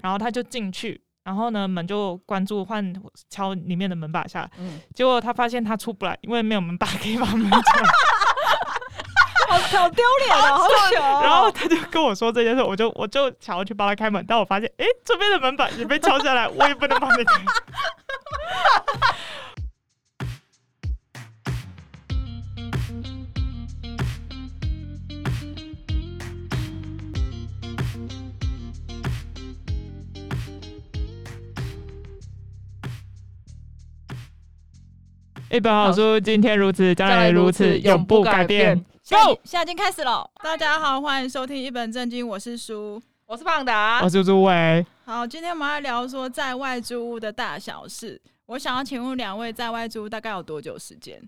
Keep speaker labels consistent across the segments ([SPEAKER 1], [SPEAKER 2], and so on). [SPEAKER 1] 然后他就进去，然后呢门就关住，换敲里面的门把下来，
[SPEAKER 2] 嗯，
[SPEAKER 1] 结果他发现他出不来，因为没有门把可以把门敲。
[SPEAKER 2] 好好丢脸哦，好糗哦。
[SPEAKER 1] 然后他就跟我说这件事，我就我就想要去帮他开门，但我发现，诶，这边的门板也被敲下来，我也不能帮你开。一本好书，今天如此，将来如此，永不改变。
[SPEAKER 2] 现在
[SPEAKER 1] Go！
[SPEAKER 2] 现在已经开始了，
[SPEAKER 3] 大家好，欢迎收听《一本正经》，我是书。
[SPEAKER 2] 我是胖达
[SPEAKER 1] 我。是朱伟。
[SPEAKER 3] 好，今天我们要聊说在外租屋的大小事。我想要请问两位，在外租屋大概有多久时间？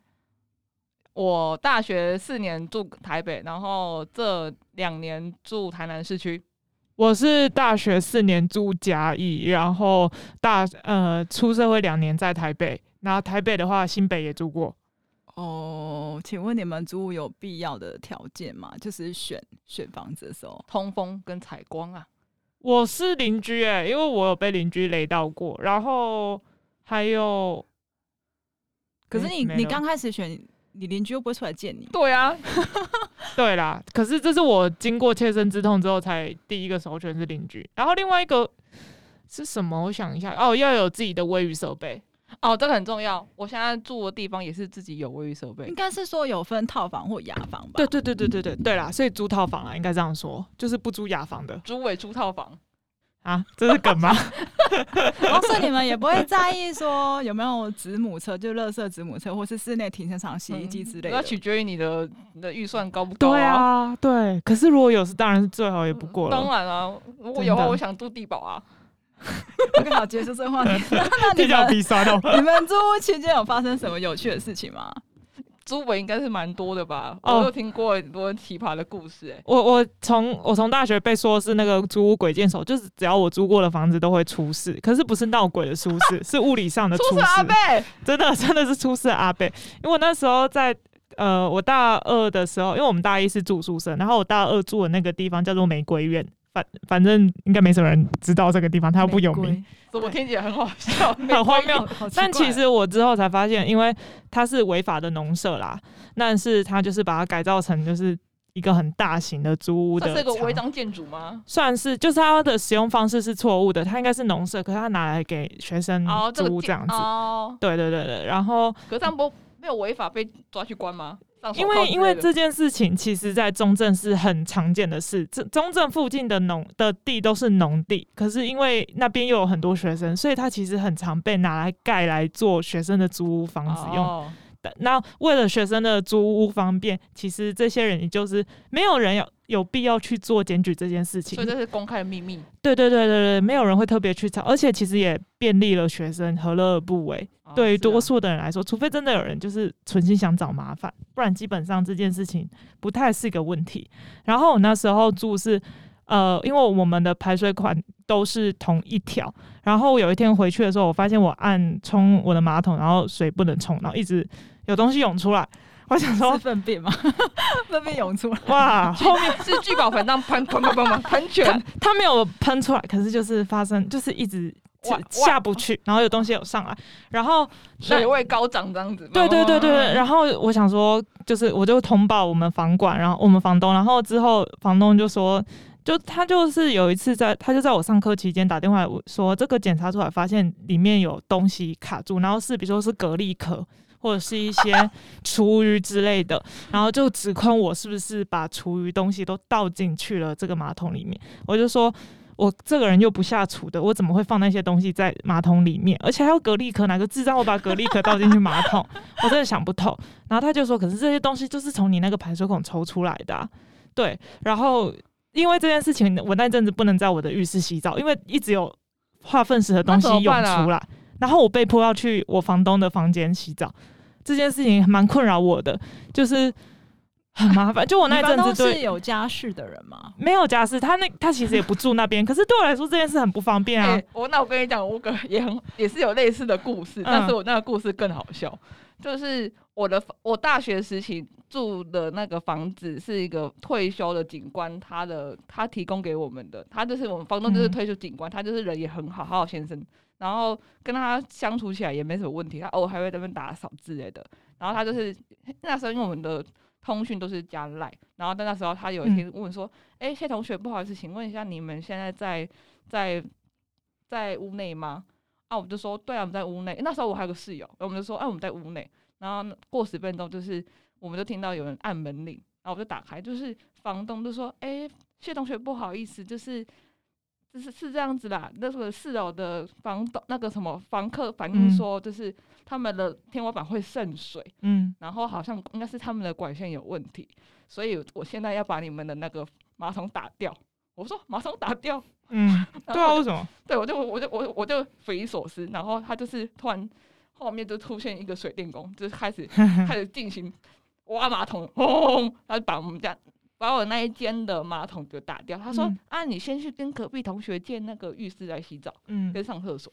[SPEAKER 2] 我大学四年住台北，然后这两年住台南市区。
[SPEAKER 1] 我是大学四年住嘉义，然后大呃出社会两年在台北，然后台北的话新北也住过，
[SPEAKER 3] 哦，请问你们租屋有必要的条件吗？就是选选房子的时候，
[SPEAKER 2] 通风跟采光啊，
[SPEAKER 1] 我是邻居诶、因为我有被邻居雷到过，然后还有，
[SPEAKER 3] 可是你
[SPEAKER 1] 没
[SPEAKER 3] 你
[SPEAKER 1] 了
[SPEAKER 3] 刚开始选，你邻居又不会出来见你。
[SPEAKER 2] 对啊，
[SPEAKER 1] 对啦，可是这是我经过切身之痛之后才第一个首选是邻居，然后另外一个是什么？我想一下，哦，要有自己的卫浴设备，
[SPEAKER 2] 哦，这个很重要。我现在住的地方也是自己有卫浴设备
[SPEAKER 3] 应，该是说有分套房或雅房吧？
[SPEAKER 1] 对对对对对对对啦，所以租套房啦，应该这样说，就是不租雅房的
[SPEAKER 2] 租尾租套房，
[SPEAKER 1] 啊，这是梗吗？
[SPEAKER 3] 哦，所以你们也不会在意说有没有子母车，就垃圾子母车，或是室内停车场、洗衣机之
[SPEAKER 2] 嗯
[SPEAKER 3] 类
[SPEAKER 2] 那
[SPEAKER 3] 的。
[SPEAKER 2] 取决于你的你的预算高不高
[SPEAKER 1] 对。啊，对。可是如果有是，当然是最好也不过了。
[SPEAKER 2] 当然啊，如果
[SPEAKER 1] 真
[SPEAKER 2] 有话，
[SPEAKER 1] 的
[SPEAKER 2] 我想住地堡啊。
[SPEAKER 3] OK，好，结束这个 话题。那那
[SPEAKER 1] 这
[SPEAKER 3] 你
[SPEAKER 1] 叫
[SPEAKER 3] 们
[SPEAKER 1] 鼻酸 哦。
[SPEAKER 3] 你们租屋期间有发生什么有趣的事情吗？
[SPEAKER 2] 租尾应该是蛮多的吧？
[SPEAKER 1] 哦
[SPEAKER 2] 我有听过很多奇葩的故事、欸，
[SPEAKER 1] 我我从我从大学被说是那个租屋鬼见手，就是只要我租过的房子都会出事，可是不是闹鬼的出事，是物理上的
[SPEAKER 2] 出
[SPEAKER 1] 事。
[SPEAKER 2] 事阿贝，
[SPEAKER 1] 真的真的是出事的阿贝，因为我那时候在。呃，我大二的时候，因为我们大一是住宿舍，然后我大二住的那个地方叫做玫瑰院，反反正应该没什么人知道这个地方，它又不有名。
[SPEAKER 2] 怎么听起来很好笑，
[SPEAKER 1] 很荒谬
[SPEAKER 2] 没关系。
[SPEAKER 1] 但其实我之后才发现，因为它是违法的农舍啦，但是它就是把它改造成就是一个很大型的租屋
[SPEAKER 2] 这
[SPEAKER 1] 的，
[SPEAKER 2] 是个违，章建筑吗？
[SPEAKER 1] 算是就是它的使用方式是错误的，它应该是农舍，可是它拿来给学生
[SPEAKER 2] 哦，这
[SPEAKER 1] 嗯
[SPEAKER 2] 个
[SPEAKER 1] 租
[SPEAKER 2] 建
[SPEAKER 1] 这样子，
[SPEAKER 2] 哦，
[SPEAKER 1] 对对对对，然后
[SPEAKER 2] 可是这样不没有违法被抓去关吗？上手
[SPEAKER 1] 因
[SPEAKER 2] 铐
[SPEAKER 1] 为
[SPEAKER 2] 之
[SPEAKER 1] 因为
[SPEAKER 2] 类的
[SPEAKER 1] 这件事情，其实在中正是很常见的事。这中正附近的农的地都是农地，可是因为那边又有很多学生，所以它其实很常被拿来盖来做学生的租屋房子用。
[SPEAKER 2] 哦
[SPEAKER 1] 的那为了学生的租屋方便，其实这些人也就是没有人有有必要去做检举这件事情
[SPEAKER 2] 所以。这是公开的秘密
[SPEAKER 1] 对对对对对，没有人会特别去查，而且其实也便利了学生，何乐而不为？
[SPEAKER 2] 哦
[SPEAKER 1] 对于
[SPEAKER 2] 是啊
[SPEAKER 1] 多数的人来说，除非真的有人就是存心想找麻烦，不然基本上这件事情不太是个问题。然后我那时候住是，呃，因为我们的排水管都是同一条，然后有一天回去的时候，我发现我按冲我的马桶，然后水不能冲，然后一直有东西涌出来，我想
[SPEAKER 3] 是
[SPEAKER 1] 说
[SPEAKER 3] 粪便吗？ 粪便涌出来，
[SPEAKER 1] 哇，
[SPEAKER 2] 后面 是聚宝盆，让喷喷喷喷喷 喷泉，
[SPEAKER 1] 它没有喷出来，可是就是发生，就是一直
[SPEAKER 2] 哇哇
[SPEAKER 1] 下不去，然后有东西有上来，然后
[SPEAKER 2] 水位高涨这样子。
[SPEAKER 1] 对对对对对，
[SPEAKER 2] 后
[SPEAKER 1] 然后我想说，就是我就通报我们房管，然后我们房东，然后之后房东就说，就他就是有一次在，他就在我上课期间打电话来我说，这个检查出来发现里面有东西卡住，然后是比如说是蛤蜊壳。或者是一些厨余之类的，然后就指控我是不是把厨余东西都倒进去了这个马桶里面。我就说，我这个人又不下厨的，我怎么会放那些东西在马桶里面？而且还有蛤蜊壳，哪个智障会把蛤蜊壳倒进去马 桶？我真的想不透。然后他就说，可是这些东西就是从你那个排水孔抽出来的啊、对。然后因为这件事情，我那阵子不能在我的浴室洗澡，因为一直有化粪石的东西
[SPEAKER 2] 那
[SPEAKER 1] 涌
[SPEAKER 2] 怎么办啊
[SPEAKER 1] 出来，然后我被迫要去我房东的房间洗澡。这件事情蛮困扰我的，就是很麻烦。就我那一
[SPEAKER 3] 你房
[SPEAKER 1] 阵
[SPEAKER 3] 东
[SPEAKER 1] 子对
[SPEAKER 3] 是有家室的人吗？
[SPEAKER 1] 没有家室，他那他其实也不住那边，可是对我来说这件事很不方便啊。
[SPEAKER 2] 哎我那我跟你讲，我个也很也是有类似的故事，
[SPEAKER 1] 嗯
[SPEAKER 2] 但是我那个故事更好笑，就是我的我大学时期住的那个房子是一个退休的警官，他的他提供给我们的，他就是我们房东就是
[SPEAKER 1] 嗯
[SPEAKER 2] 退休警官，他就是人也很好，好好先生，然后跟他相处起来也没什么问题，他偶尔还会在那边打扫之类的，然后他就是那时候因为我们的。通讯都是加赖，然后但那时候他有
[SPEAKER 1] 嗯
[SPEAKER 2] 一天问说：“哎、谢同学，不好意思，请问一下，你们现在在在在屋内吗？啊，我们就说对啊，我们在屋内。那时候我还有个室友，我们就说啊，我们在屋内。然后呢过十分钟，就是我们就听到有人按门铃，然后我就打开，就是房东就说：“哎、谢同学，不好意思，就是就是是这样子啦。那个四楼的房东那个什么房客反映
[SPEAKER 1] 嗯
[SPEAKER 2] 说，就是他们的天花板会渗水，
[SPEAKER 1] 嗯，
[SPEAKER 2] 然后好像应该是他们的管线有问题，所以我现在要把你们的那个马桶打掉。”我说：“马桶打掉。”
[SPEAKER 1] 嗯，
[SPEAKER 2] 然
[SPEAKER 1] 对啊，
[SPEAKER 2] 后我就
[SPEAKER 1] 为什么？
[SPEAKER 2] 对，我就我就我就我就匪夷所思，然后他就是突然后面就出现一个水电工，就是开始开始进行挖马桶，轰，他就把我们家把我那一间的马桶就打掉。他说：“
[SPEAKER 1] 嗯
[SPEAKER 2] 啊，你先去跟隔壁同学借那个浴室来洗澡
[SPEAKER 1] 嗯，
[SPEAKER 2] 跟上厕所。”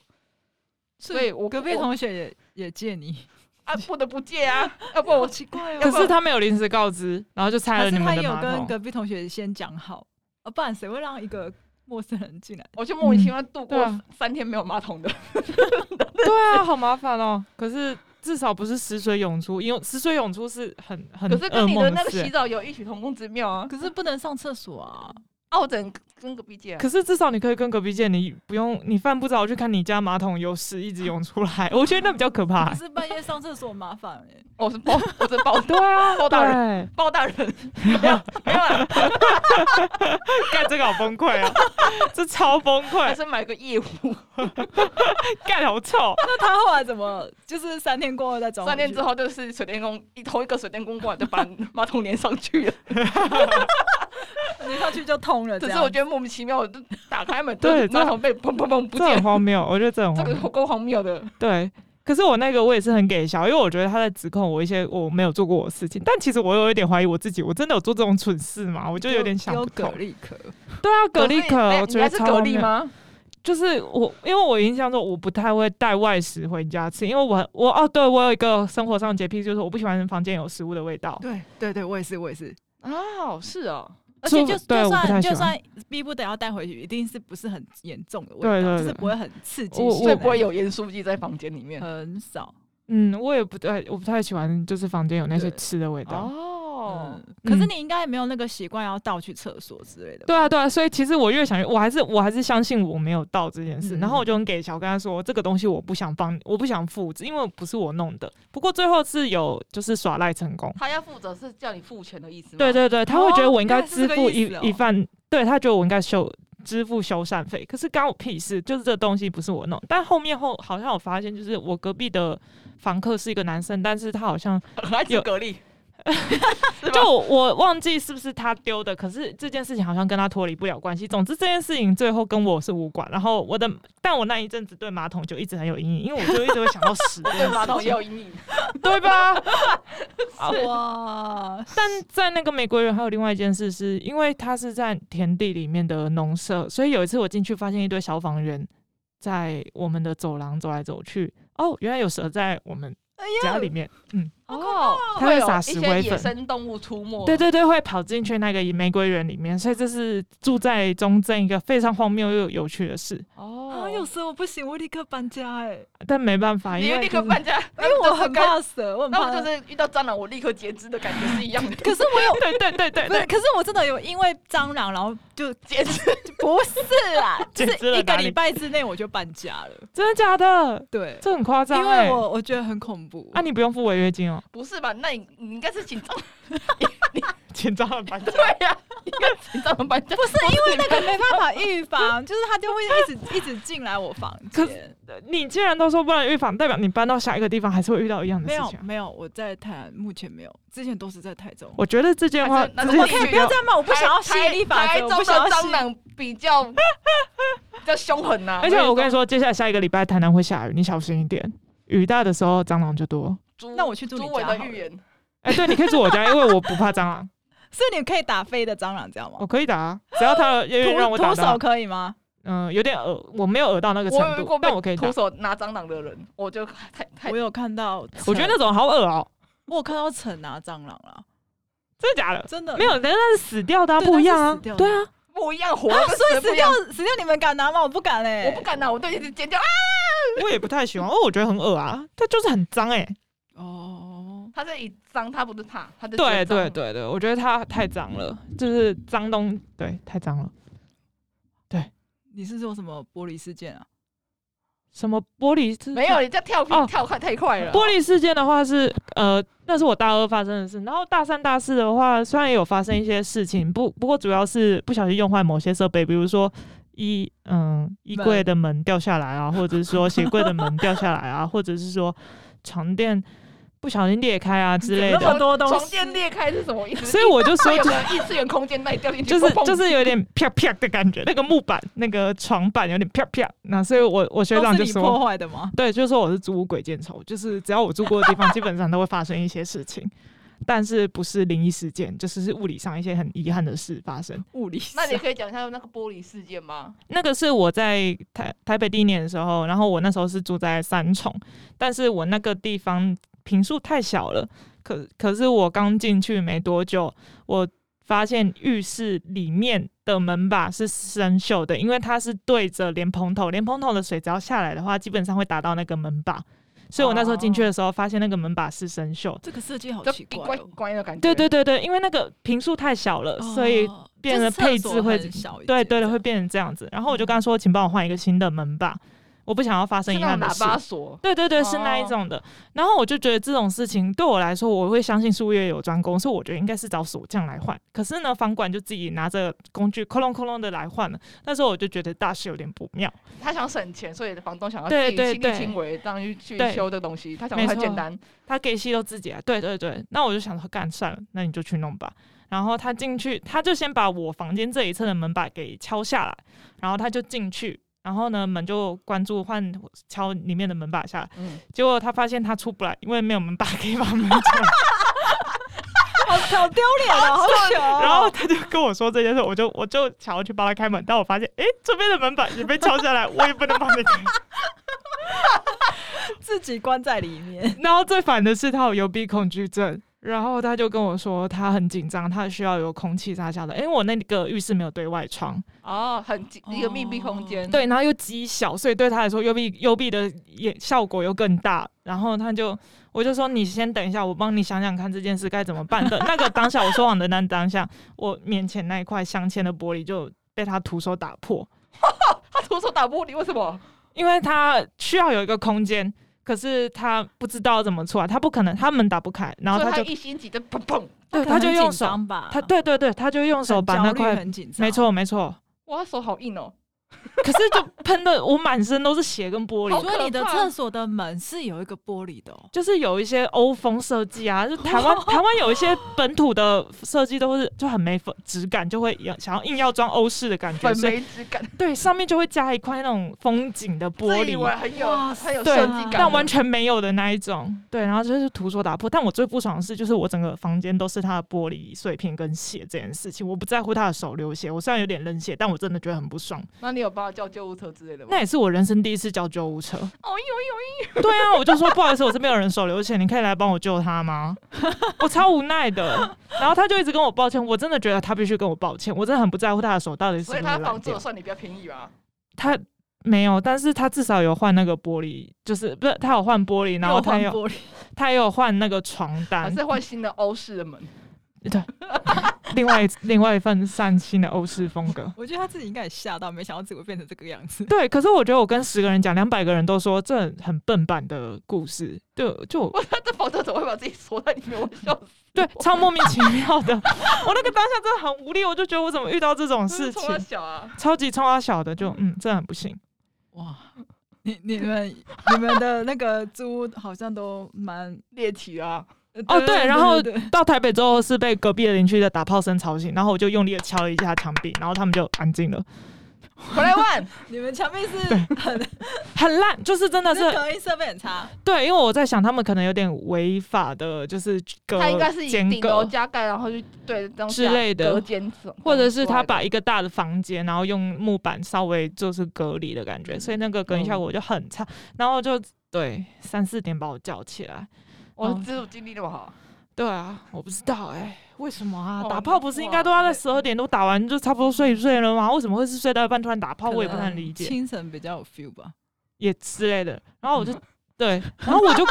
[SPEAKER 2] 所以我
[SPEAKER 3] 隔壁
[SPEAKER 2] 我
[SPEAKER 3] 同学也也借你，
[SPEAKER 2] 啊不得不借啊，要不然我
[SPEAKER 3] 奇怪哦
[SPEAKER 1] 可
[SPEAKER 2] 要不
[SPEAKER 1] 是他没有临时告知，然后就拆
[SPEAKER 3] 还
[SPEAKER 1] 了你
[SPEAKER 3] 是他
[SPEAKER 1] 们的
[SPEAKER 3] 也有
[SPEAKER 1] 马
[SPEAKER 3] 跟
[SPEAKER 1] 桶。
[SPEAKER 3] 隔壁同学先讲好，啊，不然谁会让一个陌生人进来？
[SPEAKER 2] 我就莫名其妙度
[SPEAKER 1] 对
[SPEAKER 2] 过
[SPEAKER 1] 啊
[SPEAKER 2] 三天没有马桶的。
[SPEAKER 1] 对啊，好麻烦哦。可是至少不是死水涌出，因为死水涌出是很很
[SPEAKER 2] 可是
[SPEAKER 1] 噩
[SPEAKER 2] 跟你的
[SPEAKER 1] 梦
[SPEAKER 2] 那个
[SPEAKER 1] 事
[SPEAKER 2] 洗。澡有异曲同工之妙啊！
[SPEAKER 3] 可是不能上厕所啊！
[SPEAKER 2] 啊，我只能跟隔壁借、啊。
[SPEAKER 1] 可是至少你可以跟隔壁借，你不用你犯不着去看你家马桶有屎一直涌出来，我觉得那比较可怕
[SPEAKER 3] 可。是半夜上厕所麻烦哎、
[SPEAKER 2] 我是包，我是 包，对啊，包大人，
[SPEAKER 1] 对，
[SPEAKER 2] 包大人， 没有啊没有啦，
[SPEAKER 1] 干这个好崩溃啊，这超崩
[SPEAKER 2] 还
[SPEAKER 1] 溃，
[SPEAKER 2] 是买个 夜壶，
[SPEAKER 1] 干好臭。
[SPEAKER 3] 那他后来怎么就是三天过后再装？
[SPEAKER 2] 三天之，后就是水电工一同一个水电工过来就把 马桶连上去了。
[SPEAKER 1] 啊
[SPEAKER 3] 你上去就通了。
[SPEAKER 2] 只
[SPEAKER 3] 这
[SPEAKER 2] 是
[SPEAKER 3] 样
[SPEAKER 2] 我觉得莫名其妙，我就打开门，
[SPEAKER 1] 对
[SPEAKER 2] 就是马桶被砰砰砰不
[SPEAKER 1] 这很
[SPEAKER 2] 见，
[SPEAKER 1] 荒谬，我觉得这很
[SPEAKER 2] 这
[SPEAKER 1] 荒
[SPEAKER 2] 个
[SPEAKER 1] 谬。
[SPEAKER 2] 有够荒谬的。
[SPEAKER 1] 对，可是我那个我也是很给笑，因为我觉得他在指控我一些我没有做过的事情，但其实我有一点怀疑我自己，我真的有做这种蠢事吗？我就有点想
[SPEAKER 3] 有
[SPEAKER 1] 不
[SPEAKER 3] 蛤
[SPEAKER 1] 通。
[SPEAKER 3] 蜊壳，
[SPEAKER 1] 对啊，蛤蜊壳，
[SPEAKER 2] 哎
[SPEAKER 1] 我
[SPEAKER 2] 你
[SPEAKER 1] 觉得
[SPEAKER 2] 还是
[SPEAKER 1] 超
[SPEAKER 2] 蛤
[SPEAKER 1] 荒
[SPEAKER 2] 蜊
[SPEAKER 1] 谬。
[SPEAKER 2] 吗？
[SPEAKER 1] 就是我，因为我印象中我不太会带外食回家吃，因为我我哦，对我有一个生活上的洁癖，就是我不喜欢房间有食物的味道。
[SPEAKER 3] 对对对，我也是我也是，
[SPEAKER 2] 啊，是哦，
[SPEAKER 3] 而且
[SPEAKER 1] 就
[SPEAKER 3] 就
[SPEAKER 1] 对我
[SPEAKER 3] 就
[SPEAKER 1] 不太
[SPEAKER 3] 算
[SPEAKER 1] 喜
[SPEAKER 3] 就
[SPEAKER 1] 欢
[SPEAKER 3] 算逼不得要带回去，一定是不是很严重的味道，
[SPEAKER 1] 对对
[SPEAKER 3] 就是
[SPEAKER 1] 对
[SPEAKER 3] 不会很刺激
[SPEAKER 1] 我
[SPEAKER 3] 性
[SPEAKER 1] 我
[SPEAKER 2] 所
[SPEAKER 3] 的
[SPEAKER 2] 以不会有盐酥鸡在房间里面。
[SPEAKER 3] 很少
[SPEAKER 1] 嗯，我也不太我不太喜欢，就是房间有那些
[SPEAKER 3] 对
[SPEAKER 1] 吃的味道。
[SPEAKER 2] 哦
[SPEAKER 3] 嗯，，可是
[SPEAKER 1] 嗯
[SPEAKER 3] 你应该也没有那个习惯要倒去厕所之类的吧。
[SPEAKER 1] 对啊，对啊，所以其实我越想越，我还是我还是相信我没有到这件事，
[SPEAKER 3] 嗯
[SPEAKER 1] 然后我就很给小跟他说这个东西我不想帮，我不想复制，因为不是我弄的。不过最后是有就是耍赖成功，
[SPEAKER 2] 他要负责是叫你付钱的意思吗？
[SPEAKER 1] 对，对对，他会觉得我应该
[SPEAKER 3] 原来是
[SPEAKER 1] 支
[SPEAKER 3] 这个
[SPEAKER 1] 付
[SPEAKER 3] 意
[SPEAKER 1] 一
[SPEAKER 3] 思哦
[SPEAKER 1] 一份，对他觉得我应该修支付修缮费，可是干我屁事，就是这东西不是我弄。但后面后好像我发现，就是我隔壁的房客是一个男生，但是他好像
[SPEAKER 2] 很爱吃
[SPEAKER 1] 有
[SPEAKER 2] 蛤蜊。 是吧
[SPEAKER 1] 就我我忘记是不是他丢的，可是这件事情好像跟他脱离不了关系。总之这件事情最后跟我是无关。然后我的，但我那一阵子对马桶就一直很有阴影，因为我就一直会想到屎这件
[SPEAKER 2] 对
[SPEAKER 1] 事
[SPEAKER 2] 马桶也
[SPEAKER 1] 情，
[SPEAKER 2] 有阴影，
[SPEAKER 1] 对吧？
[SPEAKER 3] 哇，
[SPEAKER 1] 但在那个玫瑰园还有另外一件事是，因为它是在田地里面的农舍，所以有一次我进去发现一堆消防员在我们的走廊走来走去。哦，原来有蛇在我们家里面。嗯，
[SPEAKER 2] 哦，
[SPEAKER 1] 它
[SPEAKER 2] 会
[SPEAKER 1] 会
[SPEAKER 2] 有
[SPEAKER 1] 撒
[SPEAKER 2] 一
[SPEAKER 1] 石
[SPEAKER 2] 些
[SPEAKER 1] 灰
[SPEAKER 2] 野
[SPEAKER 1] 粉
[SPEAKER 2] 生动物出没。
[SPEAKER 1] 对对对，会跑进去那个玫瑰园里面，所以这是住在中正一个非常荒谬又有趣的事。
[SPEAKER 2] 哦
[SPEAKER 3] 啊，，有蛇我不行，我立刻搬家哎、
[SPEAKER 1] 但没办法，
[SPEAKER 2] 你
[SPEAKER 1] 因为
[SPEAKER 2] 立
[SPEAKER 1] 就
[SPEAKER 2] 刻
[SPEAKER 1] 是，
[SPEAKER 2] 搬家，因
[SPEAKER 3] 因为我很怕蛇，我很
[SPEAKER 2] 那
[SPEAKER 3] 怕。
[SPEAKER 2] 不就是遇到蟑螂，我立刻截肢的感觉是一样的。
[SPEAKER 3] 可是我有
[SPEAKER 1] 对对对对
[SPEAKER 3] 不是，
[SPEAKER 1] 对，
[SPEAKER 3] 可是我真的有因为蟑螂，然后 就
[SPEAKER 2] 截肢，
[SPEAKER 3] 不是啦，就
[SPEAKER 1] 简直了
[SPEAKER 3] 是一
[SPEAKER 1] 哪
[SPEAKER 3] 个
[SPEAKER 1] 里
[SPEAKER 3] 礼拜之内我就搬家了。
[SPEAKER 1] 真的假的？
[SPEAKER 3] 对，
[SPEAKER 1] 这很夸张
[SPEAKER 3] 因
[SPEAKER 1] 哎、
[SPEAKER 3] 为我我觉得很恐怖
[SPEAKER 1] 啊，你不用付违约金 哦，
[SPEAKER 2] 不是吧？那你你应该是紧张，
[SPEAKER 1] 紧张了搬家。
[SPEAKER 2] 对呀、应该紧张的搬家。不是因为
[SPEAKER 3] 那个没办法预防，就是它就会一直一直进来我房
[SPEAKER 1] 可
[SPEAKER 3] 间。
[SPEAKER 1] 你既然都说不能预防，代表你搬到下一个地方还是会遇到一样的
[SPEAKER 3] 没
[SPEAKER 1] 事
[SPEAKER 3] 有
[SPEAKER 1] 情啊。
[SPEAKER 3] 没有，我在台南目前没有，之前都是在台中。哎
[SPEAKER 1] 我觉得这件话，
[SPEAKER 2] 那
[SPEAKER 1] 这
[SPEAKER 2] 是
[SPEAKER 1] 件
[SPEAKER 2] 我
[SPEAKER 3] 可以不要这样吗？我
[SPEAKER 2] 我
[SPEAKER 3] 不想要吸引力法
[SPEAKER 2] 台
[SPEAKER 3] 则，
[SPEAKER 2] 中
[SPEAKER 3] 我不
[SPEAKER 2] 的
[SPEAKER 3] 想要
[SPEAKER 2] 蟑
[SPEAKER 3] 吸引。
[SPEAKER 2] 螂比较 比较凶狠啊
[SPEAKER 3] 啊
[SPEAKER 2] 呐、
[SPEAKER 1] 而且我跟你说，接下来下一个礼拜台南会下雨，你小心一点。雨大的时候蟑螂就多。
[SPEAKER 2] 猪，
[SPEAKER 3] 那我去住你
[SPEAKER 2] 猪尾
[SPEAKER 3] 家
[SPEAKER 2] 的
[SPEAKER 3] 好了
[SPEAKER 2] 预言，
[SPEAKER 1] 哎、对，你可以住我家，因为我不怕蟑螂。
[SPEAKER 3] 是你可以打飞的蟑螂，知道吗
[SPEAKER 1] 我？可以打啊，只要他愿意让我
[SPEAKER 3] 徒
[SPEAKER 1] 打
[SPEAKER 3] 徒
[SPEAKER 1] 的话啊
[SPEAKER 3] 手，可以吗？
[SPEAKER 1] 嗯、有点恶，我没有恶到那个程
[SPEAKER 2] 我有遇
[SPEAKER 1] 度
[SPEAKER 2] 过，被
[SPEAKER 1] 但我可以打
[SPEAKER 2] 徒。手拿蟑螂的人，我就太太
[SPEAKER 3] 我有看到橙，
[SPEAKER 1] 我觉得那种好恶哦、
[SPEAKER 3] 我有看到橙拿蟑螂了，
[SPEAKER 1] 真的假的？
[SPEAKER 3] 真的
[SPEAKER 1] 没有，但是那是死掉的、啊，
[SPEAKER 3] 对
[SPEAKER 1] 不一样
[SPEAKER 3] 那
[SPEAKER 1] 啊
[SPEAKER 3] 是死掉，的
[SPEAKER 1] 对啊，
[SPEAKER 2] 不一样活
[SPEAKER 3] 啊，
[SPEAKER 2] 的，
[SPEAKER 3] 所以
[SPEAKER 2] 不
[SPEAKER 3] 死
[SPEAKER 2] 一
[SPEAKER 3] 掉
[SPEAKER 2] 样，
[SPEAKER 3] 死掉，你们敢拿吗？我不敢嘞、
[SPEAKER 2] 我不敢拿，我都一直尖叫啊！
[SPEAKER 1] 我也不太喜欢，因为我觉得很恶啊，它就是很脏哎、
[SPEAKER 3] 哦，
[SPEAKER 2] 他是以脏，他不是怕，他是
[SPEAKER 1] 对
[SPEAKER 2] 觉得
[SPEAKER 1] 对
[SPEAKER 2] 脏
[SPEAKER 1] 对对，我觉得它太脏了，就是脏东，对，太脏了。
[SPEAKER 3] 你是说什么玻璃事件啊？
[SPEAKER 1] 什么玻璃是？
[SPEAKER 2] 没有，你这跳
[SPEAKER 1] 哦
[SPEAKER 2] 皮跳快太快了，
[SPEAKER 1] 玻璃事件的话是，呃，那是我大二发生的事。然后大三、大四的话，虽然也有发生一些事情，不不过主要是不小心用坏某些设备，比如说衣嗯衣柜的门掉下来啊，或者是说鞋柜的门掉下来啊， 或者是说床垫不小心裂开啊之类
[SPEAKER 3] 那么
[SPEAKER 1] 的。
[SPEAKER 3] 多东西
[SPEAKER 2] 床垫裂开是什么意思？
[SPEAKER 1] 所以我就 说
[SPEAKER 2] 有，个异次元空间带掉进去，
[SPEAKER 1] 就是
[SPEAKER 2] 砰砰
[SPEAKER 1] 就是有点啪啪的感觉，那个木板、那个床板有点啪啪。那所以我我学
[SPEAKER 3] 都
[SPEAKER 1] 长
[SPEAKER 3] 是
[SPEAKER 1] 就
[SPEAKER 3] 你
[SPEAKER 1] 说，
[SPEAKER 3] 破坏的吗？
[SPEAKER 1] 对，就是说我是租屋鬼见愁，就是只要我住过的地方，基本上都会发生一些事情，但是不是灵异事件，就是是物理上一些很遗憾的事发生。
[SPEAKER 3] 物理，
[SPEAKER 2] 那你可以讲一下那个玻璃事件吗？
[SPEAKER 1] 那个是我在台台北第一年的时候，然后我那时候是住在三重，但是我那个地方平数太小了，可可是我刚进去没多久，我发现浴室里面的门把是生锈的，因为它是对着莲蓬头，莲蓬头的水只要下来的话，基本上会打到那个门把，所以我那时候进去的时候发现那个门把是生锈的。
[SPEAKER 3] 这个设计好
[SPEAKER 2] 就
[SPEAKER 3] 奇怪、
[SPEAKER 2] 关
[SPEAKER 3] 哦，
[SPEAKER 2] 关的感觉，
[SPEAKER 1] 对对对对，因为那个平数太小了，所以
[SPEAKER 3] 哦
[SPEAKER 1] 变得
[SPEAKER 3] 就是厕
[SPEAKER 1] 配
[SPEAKER 3] 所
[SPEAKER 1] 置会
[SPEAKER 3] 很小一
[SPEAKER 1] 对对
[SPEAKER 3] 间这
[SPEAKER 1] 的，
[SPEAKER 3] 样
[SPEAKER 1] 会变成这样子。然后我就跟他说，请帮我换一个新的门把，我不想要发生
[SPEAKER 2] 是
[SPEAKER 1] 遗
[SPEAKER 2] 那
[SPEAKER 1] 憾
[SPEAKER 2] 种
[SPEAKER 1] 的
[SPEAKER 2] 喇
[SPEAKER 1] 事。
[SPEAKER 2] 叭锁，
[SPEAKER 1] 对对对，是那一种的。然后我就觉得这种事情对我来说，我会相信术业有专攻，所以我觉得应该是找锁匠来换。可是呢，房管就自己拿着工具，哐隆哐隆的来换了。那时候我就觉得大事有点不妙。
[SPEAKER 2] 他想省钱，所以房东想要
[SPEAKER 1] 对
[SPEAKER 2] 自
[SPEAKER 1] 对
[SPEAKER 2] 己亲力
[SPEAKER 1] 对
[SPEAKER 2] 亲为，让去去
[SPEAKER 1] 对
[SPEAKER 2] 修这东西，他想
[SPEAKER 1] 没
[SPEAKER 2] 很
[SPEAKER 1] 错
[SPEAKER 2] 简单，
[SPEAKER 1] 他给戏都自己来，对对对。那我就想说，干算了，那你就去弄吧。然后他进去，他就先把我房间这一侧的门把给敲下来，然后他就进去，然后呢门就关住，换敲里面的门把下来。
[SPEAKER 2] 嗯，
[SPEAKER 1] 结果他发现他出不来，因为没有门把可以把门敲。
[SPEAKER 3] 好好丢脸哦，好糗哦、
[SPEAKER 1] 然后他就跟我说这件事，我就我就想要去帮他开门，但我发现，诶，这边的门把也被敲下来，我也不能帮你开。
[SPEAKER 3] 自己关在里面，
[SPEAKER 1] 然后最烦的是他有幽闭恐惧症，然后他就跟我说他很紧张，他需要有空气杀下的，因为我那个浴室没有对外窗，
[SPEAKER 2] 哦，很紧一个密闭空间，，
[SPEAKER 1] 对，然后又极小，所以对他来说幽闭幽闭的也效果又更大。然后他就我就说你先等一下，我帮你想想看这件事该怎么办的。那个当下我说谎的那当下，我面前那一块镶嵌的玻璃就被他徒手打破，
[SPEAKER 2] 他徒手打玻璃，为什么？
[SPEAKER 1] 因为他需要有一个空间。可是他不知道怎么出来，他不可能，他门打不开，然后
[SPEAKER 2] 所以
[SPEAKER 1] 他
[SPEAKER 2] 他
[SPEAKER 1] 就
[SPEAKER 2] 一心急的砰砰，
[SPEAKER 1] 对，
[SPEAKER 3] 可能
[SPEAKER 1] 他就
[SPEAKER 3] 很
[SPEAKER 1] 用
[SPEAKER 3] 紧
[SPEAKER 1] 手，
[SPEAKER 3] 张
[SPEAKER 2] 啊
[SPEAKER 3] 吧，
[SPEAKER 1] 他对对对，他就用
[SPEAKER 3] 很
[SPEAKER 1] 手把
[SPEAKER 3] 焦
[SPEAKER 1] 那
[SPEAKER 3] 虑
[SPEAKER 1] 块，
[SPEAKER 3] 很紧张，
[SPEAKER 1] 没，错没错。
[SPEAKER 2] 哇，手好硬哦，
[SPEAKER 1] 可是就喷的我满身都是血跟玻璃，
[SPEAKER 2] 好
[SPEAKER 3] 所以你的
[SPEAKER 2] 可怕
[SPEAKER 3] 厕所的门是有一个玻璃的、哦，
[SPEAKER 1] 就是有一些欧风设计啊，就台 湾台湾有一些本土的设计都是就很没风质感，就会要想要硬要装欧式的感觉，
[SPEAKER 2] 粉
[SPEAKER 1] 所以
[SPEAKER 2] 梅质感，
[SPEAKER 1] 对上面就会加一块那种风景的玻
[SPEAKER 2] 自以为
[SPEAKER 1] 璃。
[SPEAKER 2] 很有
[SPEAKER 3] 哇
[SPEAKER 2] 很有
[SPEAKER 1] 对
[SPEAKER 2] 设计感，
[SPEAKER 1] 但完全没有的那一种，对，然后就是徒手打破。但我最不爽的是，就是我整个房间都是它的玻璃碎片跟血这件事情。我不在乎他的手流血，我虽然有点冷血，但我真的觉得很不爽。
[SPEAKER 2] 那你有帮他叫救护车之类的吗？
[SPEAKER 1] 那也是我人生第一次叫救护车。
[SPEAKER 2] 哦呦呦
[SPEAKER 1] 对啊，我就说不好意思，我这边有人手流血，你可以来帮我救他吗？ 我超无奈的。然后他就一直跟我抱歉，我真的觉得他必须跟我抱歉，我真的很不在乎他的手到底
[SPEAKER 2] 呦，
[SPEAKER 1] 是不
[SPEAKER 2] 所
[SPEAKER 1] 是
[SPEAKER 2] 以他
[SPEAKER 1] 烂
[SPEAKER 2] 房租有
[SPEAKER 1] 掉
[SPEAKER 2] 算你比较便宜吧？
[SPEAKER 1] 他没有，但是他至少有换那个玻璃，就是不是他有换玻 璃，然后
[SPEAKER 3] 又
[SPEAKER 1] 他
[SPEAKER 3] 换
[SPEAKER 1] 有
[SPEAKER 3] 玻璃，
[SPEAKER 1] 他也有换那个床
[SPEAKER 2] 还
[SPEAKER 1] 单，
[SPEAKER 2] 是换新的欧式的门？
[SPEAKER 1] 对， 另外一另外一份善心的欧式风格。
[SPEAKER 3] 我觉得他自己应该也吓到，没想到自己会变成这个样子。
[SPEAKER 1] 对，可是我觉得我跟十个人讲，两百个人都说这很笨板的故事，就就
[SPEAKER 2] 我他这房车怎么会把自己锁在里面？我笑死！
[SPEAKER 1] 对， 超莫名其妙的。 我那个当下真的很无力，我就觉得我怎么遇到这种事情
[SPEAKER 2] 从，他小啊，
[SPEAKER 1] 超级冲啊小的就嗯，真的很不行。
[SPEAKER 3] 哇，你你们你们的那个租屋好像都蛮呃
[SPEAKER 2] 猎奇啊，
[SPEAKER 1] 哦对然后
[SPEAKER 3] 对
[SPEAKER 1] 到台北之后是被隔壁的邻居的打炮声吵醒，然后我就用力的敲了一下墙壁，然后他们就安静了。
[SPEAKER 2] 回来问，
[SPEAKER 3] 你们墙壁是很
[SPEAKER 1] 很烂，就是真的是
[SPEAKER 3] 是隔音设备很差，
[SPEAKER 1] 对，因为我在想他们可能有点违法的，就是隔
[SPEAKER 2] 他应该是以
[SPEAKER 1] 间
[SPEAKER 2] 顶楼
[SPEAKER 1] 隔。
[SPEAKER 2] 加盖，然后去对东西
[SPEAKER 1] 之类的
[SPEAKER 2] 啊隔间什么
[SPEAKER 1] 或者是他
[SPEAKER 2] 之类的
[SPEAKER 1] 把一个大的房间，然后用木板稍微就是隔离的感
[SPEAKER 2] 嗯
[SPEAKER 1] 觉，所以那个隔音效果就很差。然后就对三四点把我叫起来，
[SPEAKER 2] 我
[SPEAKER 1] 嗯
[SPEAKER 2] 自主经历那么好，
[SPEAKER 1] 对啊，我不知道哎、为什么啊？
[SPEAKER 2] 哦
[SPEAKER 1] 打炮不是应该
[SPEAKER 2] 哇
[SPEAKER 1] 都要在
[SPEAKER 2] 对
[SPEAKER 1] 十二点都打完就差不多睡一睡了吗？为什么会是睡到一半突然打炮？
[SPEAKER 3] 可
[SPEAKER 1] 哦我也不太
[SPEAKER 3] 能
[SPEAKER 1] 理解，
[SPEAKER 3] 清晨比较有 feel 吧。
[SPEAKER 1] 也之类的。然后我就
[SPEAKER 3] 嗯
[SPEAKER 1] 对，然后我 就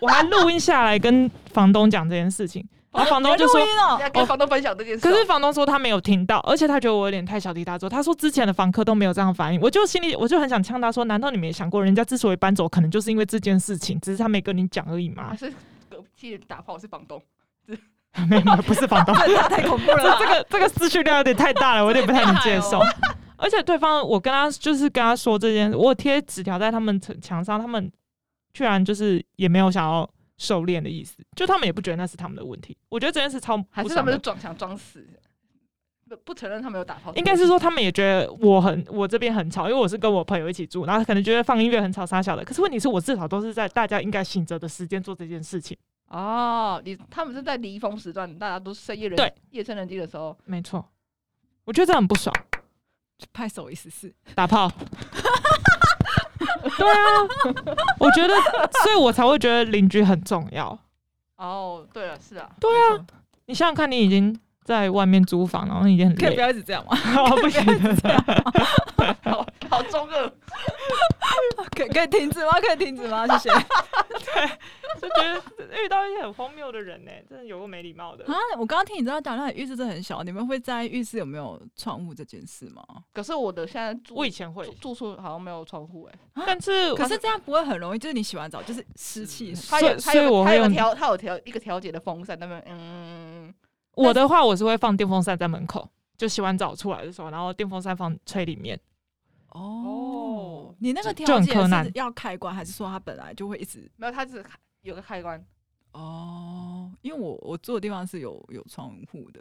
[SPEAKER 1] 我还录音下来跟房东讲这件事情，然后房东就说
[SPEAKER 3] 你还录音哦
[SPEAKER 2] 你要跟房东分享这件事哦。
[SPEAKER 1] 可是房东说他没有听到，而且他觉得我有点太小题大做。他说之前的房客都没有这样反应，我就心里我就很想呛他说：难道你没想过，人家之所以搬走，可能就是因为这件事情，只是他没跟你讲而已
[SPEAKER 2] 还
[SPEAKER 1] 吗？
[SPEAKER 2] 啊是隔替人打炮是房东，
[SPEAKER 1] 没有，没有不是房东，
[SPEAKER 3] 这太恐怖
[SPEAKER 1] 这
[SPEAKER 3] 了
[SPEAKER 1] 这
[SPEAKER 3] 吧。
[SPEAKER 1] 个这个资讯量有点太大了，我有点不太能接受。 而且对方，我跟他就是跟他说这件，我贴纸条在他们墙上，他们居然就是也没有想要收敛的意思，就他们也不觉得那是他们的问题。我觉得这件事超
[SPEAKER 2] 还
[SPEAKER 1] 不
[SPEAKER 2] 是他
[SPEAKER 1] 爽
[SPEAKER 2] 们是
[SPEAKER 1] 的
[SPEAKER 2] 装想装死，不不承认他们有打炮。
[SPEAKER 1] 应该是说他们也觉得我很我这边很吵，因为我是跟我朋友一起住，然后可能觉得放音乐很吵啥小的。可是问题是我至少都是在大家应该醒着的时间做这件事情，
[SPEAKER 2] 哦，你他们是在离峰时段，大家都深夜人
[SPEAKER 1] 对
[SPEAKER 2] 夜深人静的时候，
[SPEAKER 1] 没错。我觉得这很不爽，
[SPEAKER 3] 拍手一思是，
[SPEAKER 1] 打炮。 对啊，我觉得，所以我才会觉得邻居很重要。
[SPEAKER 2] 哦，对了，是啊，
[SPEAKER 1] 对啊，你想想看，你已经在外面租房，然后你已经很
[SPEAKER 3] 可以不
[SPEAKER 1] 累，
[SPEAKER 3] 要一直这样吗？
[SPEAKER 1] 哦不行，
[SPEAKER 2] 好好中二，
[SPEAKER 3] 可可以停止吗？可以停止吗？谢谢。啊，
[SPEAKER 1] 就觉得遇到一些很荒谬的人呢、真的有个没礼貌的。
[SPEAKER 3] 我刚刚听你知道讲，那你浴室真的很小，你们会在意浴室有没有窗户这件事吗？
[SPEAKER 2] 可是我的现在住
[SPEAKER 1] 我以前会
[SPEAKER 2] 住，住宿好像没有窗户哎，
[SPEAKER 1] 但是
[SPEAKER 3] 可是这嗯样不会很容易，就是你洗完澡就是湿气。
[SPEAKER 2] 它有
[SPEAKER 1] 所
[SPEAKER 2] 它
[SPEAKER 1] 以我
[SPEAKER 2] 有
[SPEAKER 1] 会
[SPEAKER 2] 它有
[SPEAKER 1] 用
[SPEAKER 2] 调它有调一个调节的风扇，那边嗯，
[SPEAKER 1] 我的话，我是会放电风扇在门口，就洗完澡出来的时候，然后电风扇放吹里面。
[SPEAKER 3] 哦，你那个
[SPEAKER 1] 就
[SPEAKER 3] 调
[SPEAKER 1] 很
[SPEAKER 3] 节
[SPEAKER 1] 柯南
[SPEAKER 3] 是要开关，还是说它本来就会一直？
[SPEAKER 2] 没有，它只是开有个开关，
[SPEAKER 3] 哦，因为我我住的地方是有有窗户的，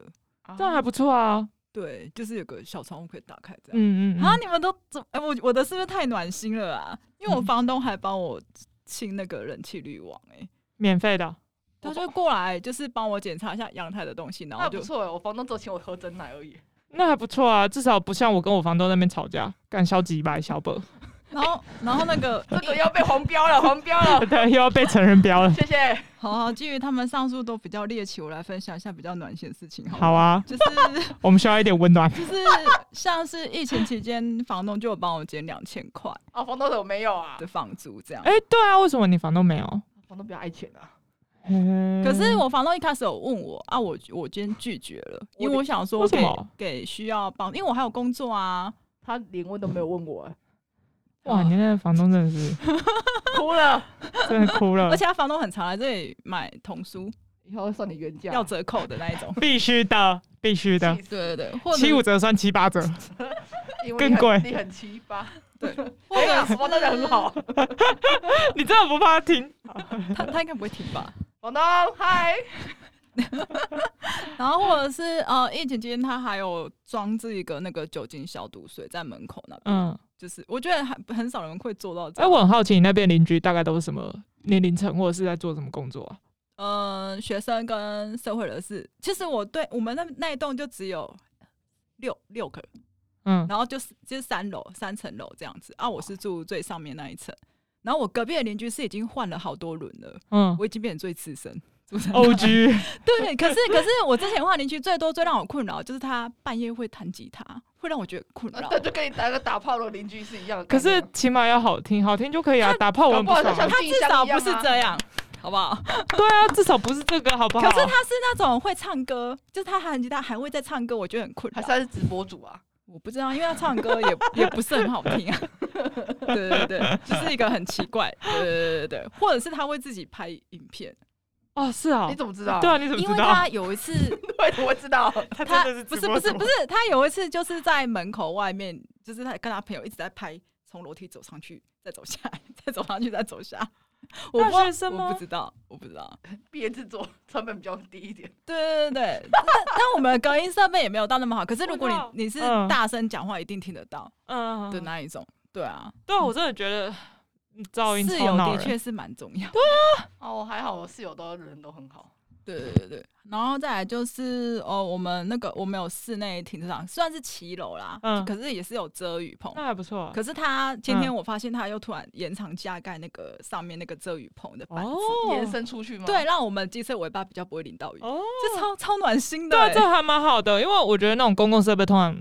[SPEAKER 1] 这样还
[SPEAKER 2] 不
[SPEAKER 1] 不错啊。
[SPEAKER 3] 对，就是有个小窗户可以打开这样。
[SPEAKER 1] 嗯嗯
[SPEAKER 3] 啊，
[SPEAKER 1] 嗯，
[SPEAKER 3] 你们都怎？哎、我我的是不是太暖心了啊？因为我
[SPEAKER 1] 嗯
[SPEAKER 3] 房东还帮我清那个冷气滤网、哎，
[SPEAKER 1] 免费的。
[SPEAKER 3] 他就过来就是帮我检查一下阳台的东西，然后
[SPEAKER 2] 那
[SPEAKER 3] 就
[SPEAKER 2] 不错哎，我房东只有请我喝真奶 而已，
[SPEAKER 1] 那还不错啊，至少不像我跟我房东那边吵架，干消极白小本，
[SPEAKER 3] 然后然后那个
[SPEAKER 2] 这个要被黄标了，黄标 了，
[SPEAKER 1] 对，又要被成人标了。
[SPEAKER 2] 谢谢。
[SPEAKER 3] 好好，基于他们上述都比较猎奇，我来分享一下比较暖心的事情好了，
[SPEAKER 1] 好啊，
[SPEAKER 3] 就是。
[SPEAKER 1] 我们需要一点温暖
[SPEAKER 3] 就是像是疫情期间，房东就有帮我减两千块
[SPEAKER 2] 哦，房东怎么没有啊
[SPEAKER 3] 的？房租这样。
[SPEAKER 1] 哎、对啊，为什么你房东没有？
[SPEAKER 2] 房东比较爱钱啊。
[SPEAKER 1] 嗯
[SPEAKER 3] 可是我房东一开始有问我啊，我我今天拒绝了，因为我想说
[SPEAKER 1] 为什
[SPEAKER 3] 给
[SPEAKER 1] 么
[SPEAKER 3] 给需要帮，因为我还有工作啊。
[SPEAKER 2] 他连问都没有问 我、欸，
[SPEAKER 1] 哇，你那个房东真的是
[SPEAKER 2] 哭了，
[SPEAKER 1] 真的哭了。
[SPEAKER 3] 而，且他房东很常来这里买童书，
[SPEAKER 2] 以后算你原价。
[SPEAKER 3] 要折扣的那一种
[SPEAKER 1] 必须的，必须的
[SPEAKER 2] 气，死，
[SPEAKER 3] 对对对，或者
[SPEAKER 1] 七五折算七八折，
[SPEAKER 2] 因为
[SPEAKER 1] 更
[SPEAKER 2] 你很
[SPEAKER 1] 贵
[SPEAKER 2] 你很奇葩。
[SPEAKER 3] 对，
[SPEAKER 2] 我讲哎房东讲很好，
[SPEAKER 1] 你真的不怕他听？
[SPEAKER 3] 他他应该不会停吧？
[SPEAKER 2] 房东嗨，
[SPEAKER 3] 然后或者是呃，疫情期间他还有装置一个那个酒精消毒水在门口那边，
[SPEAKER 1] 嗯，
[SPEAKER 3] 就是我觉得很很少人会做到这
[SPEAKER 1] 哎、
[SPEAKER 3] 样。
[SPEAKER 1] 我很好奇你那边邻居大概都是什么年龄层，或者是在做什么工作啊？
[SPEAKER 3] 嗯，学生跟社会人士，其实我对我们那那一栋就只有六六个人，
[SPEAKER 1] 嗯，
[SPEAKER 3] 然后就是就是三楼三层楼这样子啊，我是住最上面那一层，然后我隔壁的邻居是已经换了好多轮了，
[SPEAKER 1] 嗯
[SPEAKER 3] 我已经变成最资深。住在那
[SPEAKER 1] ，O G，
[SPEAKER 3] 对，可是可是我之前换邻居最多最让我困扰就是他半夜会弹吉他，会让我觉得困扰。
[SPEAKER 2] 那就跟你打个打炮的邻居是一样的
[SPEAKER 1] 可
[SPEAKER 2] 概
[SPEAKER 1] 是
[SPEAKER 2] 念。啊
[SPEAKER 1] 起码要好听，好听就可以啊，打炮我很不
[SPEAKER 2] 搞不
[SPEAKER 1] 爽
[SPEAKER 2] 好
[SPEAKER 1] 啊、
[SPEAKER 2] 他想
[SPEAKER 3] 他至少不是这样，好不好？
[SPEAKER 1] 对啊，至少不是这个，好不
[SPEAKER 3] 可
[SPEAKER 1] 好？
[SPEAKER 3] 是他是那种会唱歌，就是他弹吉他还会再唱歌，我觉得很困
[SPEAKER 2] 还
[SPEAKER 3] 扰
[SPEAKER 2] 是。他是直播主啊？
[SPEAKER 3] 我不知道，因为他唱歌也也不是很好听啊。 对对对，就是一个很奇怪。对对对对，或者是他会自己拍影片，
[SPEAKER 1] 哦，是啊、
[SPEAKER 2] 你怎么知道？
[SPEAKER 1] 对啊，你怎么
[SPEAKER 3] 因为
[SPEAKER 1] 知道？
[SPEAKER 3] 他有一次，
[SPEAKER 2] 为什么会知道？
[SPEAKER 1] 他
[SPEAKER 3] 他
[SPEAKER 1] 真的
[SPEAKER 3] 不
[SPEAKER 1] 直
[SPEAKER 3] 是
[SPEAKER 1] 播
[SPEAKER 3] 不是
[SPEAKER 1] 主
[SPEAKER 3] 不是，他有一次就是在门口外面，就是他跟他朋友一直在拍，从楼梯走上去，再走下来，再走上去，再走下来。我不知道
[SPEAKER 1] 大学生吗
[SPEAKER 3] 我不知道，我不知道。
[SPEAKER 2] 毕业制作成本比较低一点。
[SPEAKER 3] 对对对对，但但我们的隔音设备也没有到那么好。可是如果
[SPEAKER 2] 我知道
[SPEAKER 3] 你你是
[SPEAKER 1] 嗯
[SPEAKER 3] 大声讲话，一定听得到
[SPEAKER 1] 嗯，
[SPEAKER 3] 的那一种。对啊，
[SPEAKER 1] 对啊，我真的觉得嗯噪音
[SPEAKER 3] 室
[SPEAKER 1] 超
[SPEAKER 3] 友
[SPEAKER 1] 恼
[SPEAKER 3] 的
[SPEAKER 1] 人。
[SPEAKER 3] 确是蛮重要。
[SPEAKER 2] 哦，还好我室友都人都很好。
[SPEAKER 3] 对对对对，然后再来就是哦，我们那个我们有室内停车场，虽然是骑楼啦，
[SPEAKER 1] 嗯
[SPEAKER 3] 可是也是有遮雨棚。
[SPEAKER 1] 那还不错啊。
[SPEAKER 3] 可是他今天
[SPEAKER 1] 嗯
[SPEAKER 3] 我发现他又突然延长加盖那个上面那个遮雨棚的板子，
[SPEAKER 1] 哦，
[SPEAKER 2] 延伸出去吗？
[SPEAKER 3] 对，，让我们机车尾巴比较不会淋到雨，
[SPEAKER 1] 哦，
[SPEAKER 3] 这超超暖心的
[SPEAKER 1] 对啊，
[SPEAKER 3] 欸、
[SPEAKER 1] 这还蛮好的，因为我觉得那种公共设备通常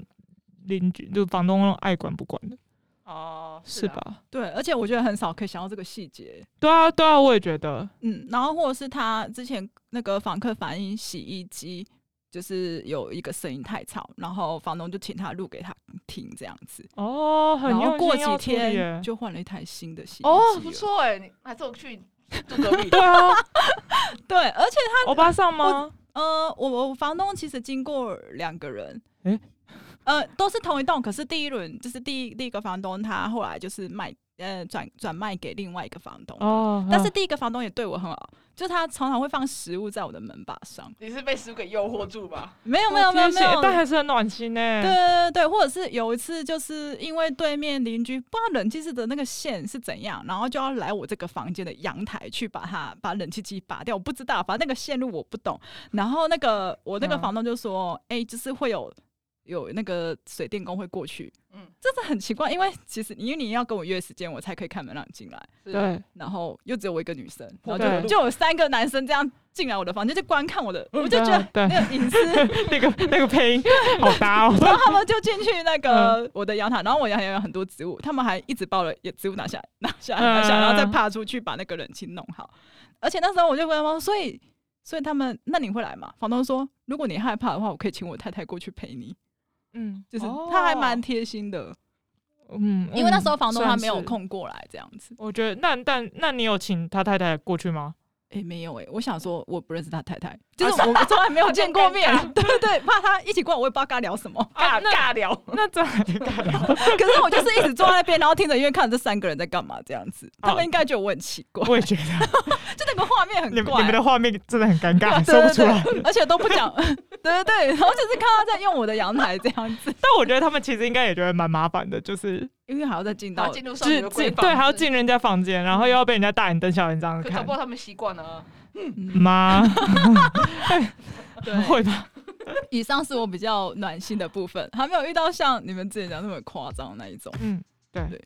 [SPEAKER 1] 邻居就房东爱管不管的，
[SPEAKER 2] 哦，
[SPEAKER 1] 是
[SPEAKER 2] 啊？
[SPEAKER 1] 吧？
[SPEAKER 3] 对，而且我觉得很少可以想到这个细节。
[SPEAKER 1] 对啊，对啊，我也觉得。
[SPEAKER 3] 嗯，然后或者是他之前那个访客反映洗衣机就是有一个声音太吵，然后房东就请他录给他听这样子，
[SPEAKER 1] 哦，很
[SPEAKER 3] 然后
[SPEAKER 1] 用
[SPEAKER 3] 过
[SPEAKER 1] 心
[SPEAKER 3] 几
[SPEAKER 1] 要处理耶
[SPEAKER 3] 天就换了一台新的洗衣机了。
[SPEAKER 2] 哦，不错哎，你还是我 去住隔壁。
[SPEAKER 1] 对啊，
[SPEAKER 3] 对，而且
[SPEAKER 1] 欧巴桑吗？
[SPEAKER 3] 他呃，我我房东其实经过两个人，
[SPEAKER 1] 诶
[SPEAKER 3] 呃，都是同一栋，可是第一轮就是第一第一个房东他后来就是卖呃转转卖给另外一个房东，
[SPEAKER 1] 哦，
[SPEAKER 3] 但是第一个房东也对我很好，就他常常会放食物在我的门把上。
[SPEAKER 2] 你是被食给诱惑住吧？
[SPEAKER 3] 没有
[SPEAKER 1] 嗯
[SPEAKER 3] 没有没有
[SPEAKER 1] 贴
[SPEAKER 3] 没
[SPEAKER 1] 心
[SPEAKER 3] 有，
[SPEAKER 1] 但还是很暖心呢。
[SPEAKER 3] 对对对，或者是有一次就是因为对面邻居不知道冷气室的那个线是怎样，然后就要来我这个房间的阳台去把它把冷气机拔掉，我不知道，反正那个线路我不懂。然后那个我那个
[SPEAKER 1] 嗯
[SPEAKER 3] 房东就说，哎、就是会有。有那个水电工会过去，
[SPEAKER 2] 嗯，
[SPEAKER 3] 这是很奇怪，因为其实因为你要跟我约时间，我才可以开门让你进来。
[SPEAKER 2] 是，
[SPEAKER 1] 对，
[SPEAKER 3] 然后又只有我一个女生，然后
[SPEAKER 1] 对
[SPEAKER 3] 就就有三个男生这样进来我的房间，就观看我的，我就觉得
[SPEAKER 1] 对啊
[SPEAKER 3] 那个隐私。
[SPEAKER 1] 那个那个配音好搭 哦。
[SPEAKER 3] 然后他们就进去那个我的阳台，然后我阳台有很多植物，他们还一直把我的植物拿下来、拿下来、拿下来，然后再爬出去把那个冷气弄好。而且那时候我就问他们，所以所以他们那你会来吗？房东说，如果你害怕的话，我可以请我太太过去陪你。
[SPEAKER 1] 嗯，
[SPEAKER 3] 就是
[SPEAKER 1] 哦
[SPEAKER 3] 他还蛮贴心的，
[SPEAKER 1] 嗯，
[SPEAKER 3] 因为那时候房东他
[SPEAKER 1] 算
[SPEAKER 3] 没有
[SPEAKER 1] 是。
[SPEAKER 3] 空过来这样子。
[SPEAKER 1] 我觉得那但那你有请他太太过去吗？
[SPEAKER 3] 诶，没有诶，我想说我不认识他太太，就是我们从来没有见过面
[SPEAKER 2] 好尴，
[SPEAKER 3] 对对对，怕他一起过来，我也不知道跟他聊什么。
[SPEAKER 1] 啊
[SPEAKER 2] 尬
[SPEAKER 1] 那
[SPEAKER 2] 尬聊。
[SPEAKER 1] 那这还得干嘛
[SPEAKER 3] 可是我就是一直坐在那边，然后听着音乐，看着这三个人在干嘛这样子，他们应该觉得我很奇 怪，
[SPEAKER 1] 我也觉得
[SPEAKER 3] 就那个画面
[SPEAKER 1] 你
[SPEAKER 3] 很
[SPEAKER 1] 们
[SPEAKER 3] 怪，
[SPEAKER 1] 你们的画面真的很尴尬，
[SPEAKER 3] 对
[SPEAKER 1] 说不
[SPEAKER 3] 对
[SPEAKER 1] 出来。
[SPEAKER 3] 对， 而且都不讲，对对对，然后就是看他在用我的阳台这样子，
[SPEAKER 1] 但我觉得他们其实应该也觉得蛮麻烦的，就是
[SPEAKER 3] 因为还要再进
[SPEAKER 2] 然
[SPEAKER 3] 到
[SPEAKER 2] 后，进入少
[SPEAKER 1] 就
[SPEAKER 2] 女
[SPEAKER 1] 是
[SPEAKER 2] 的闺
[SPEAKER 1] 进
[SPEAKER 2] 房，
[SPEAKER 1] 对，还要进人家房间，然后又要被人家大眼瞪小眼这样
[SPEAKER 2] 可
[SPEAKER 1] 子
[SPEAKER 2] 搞
[SPEAKER 1] 看
[SPEAKER 2] 不好他们习惯了啊。
[SPEAKER 3] 嗯，
[SPEAKER 1] 吗？
[SPEAKER 3] 对，
[SPEAKER 1] 会吧？
[SPEAKER 3] 以上是我比较暖心的部分，还没有遇到像你们之前讲那么夸张的那一种，
[SPEAKER 1] 嗯，对
[SPEAKER 3] 对，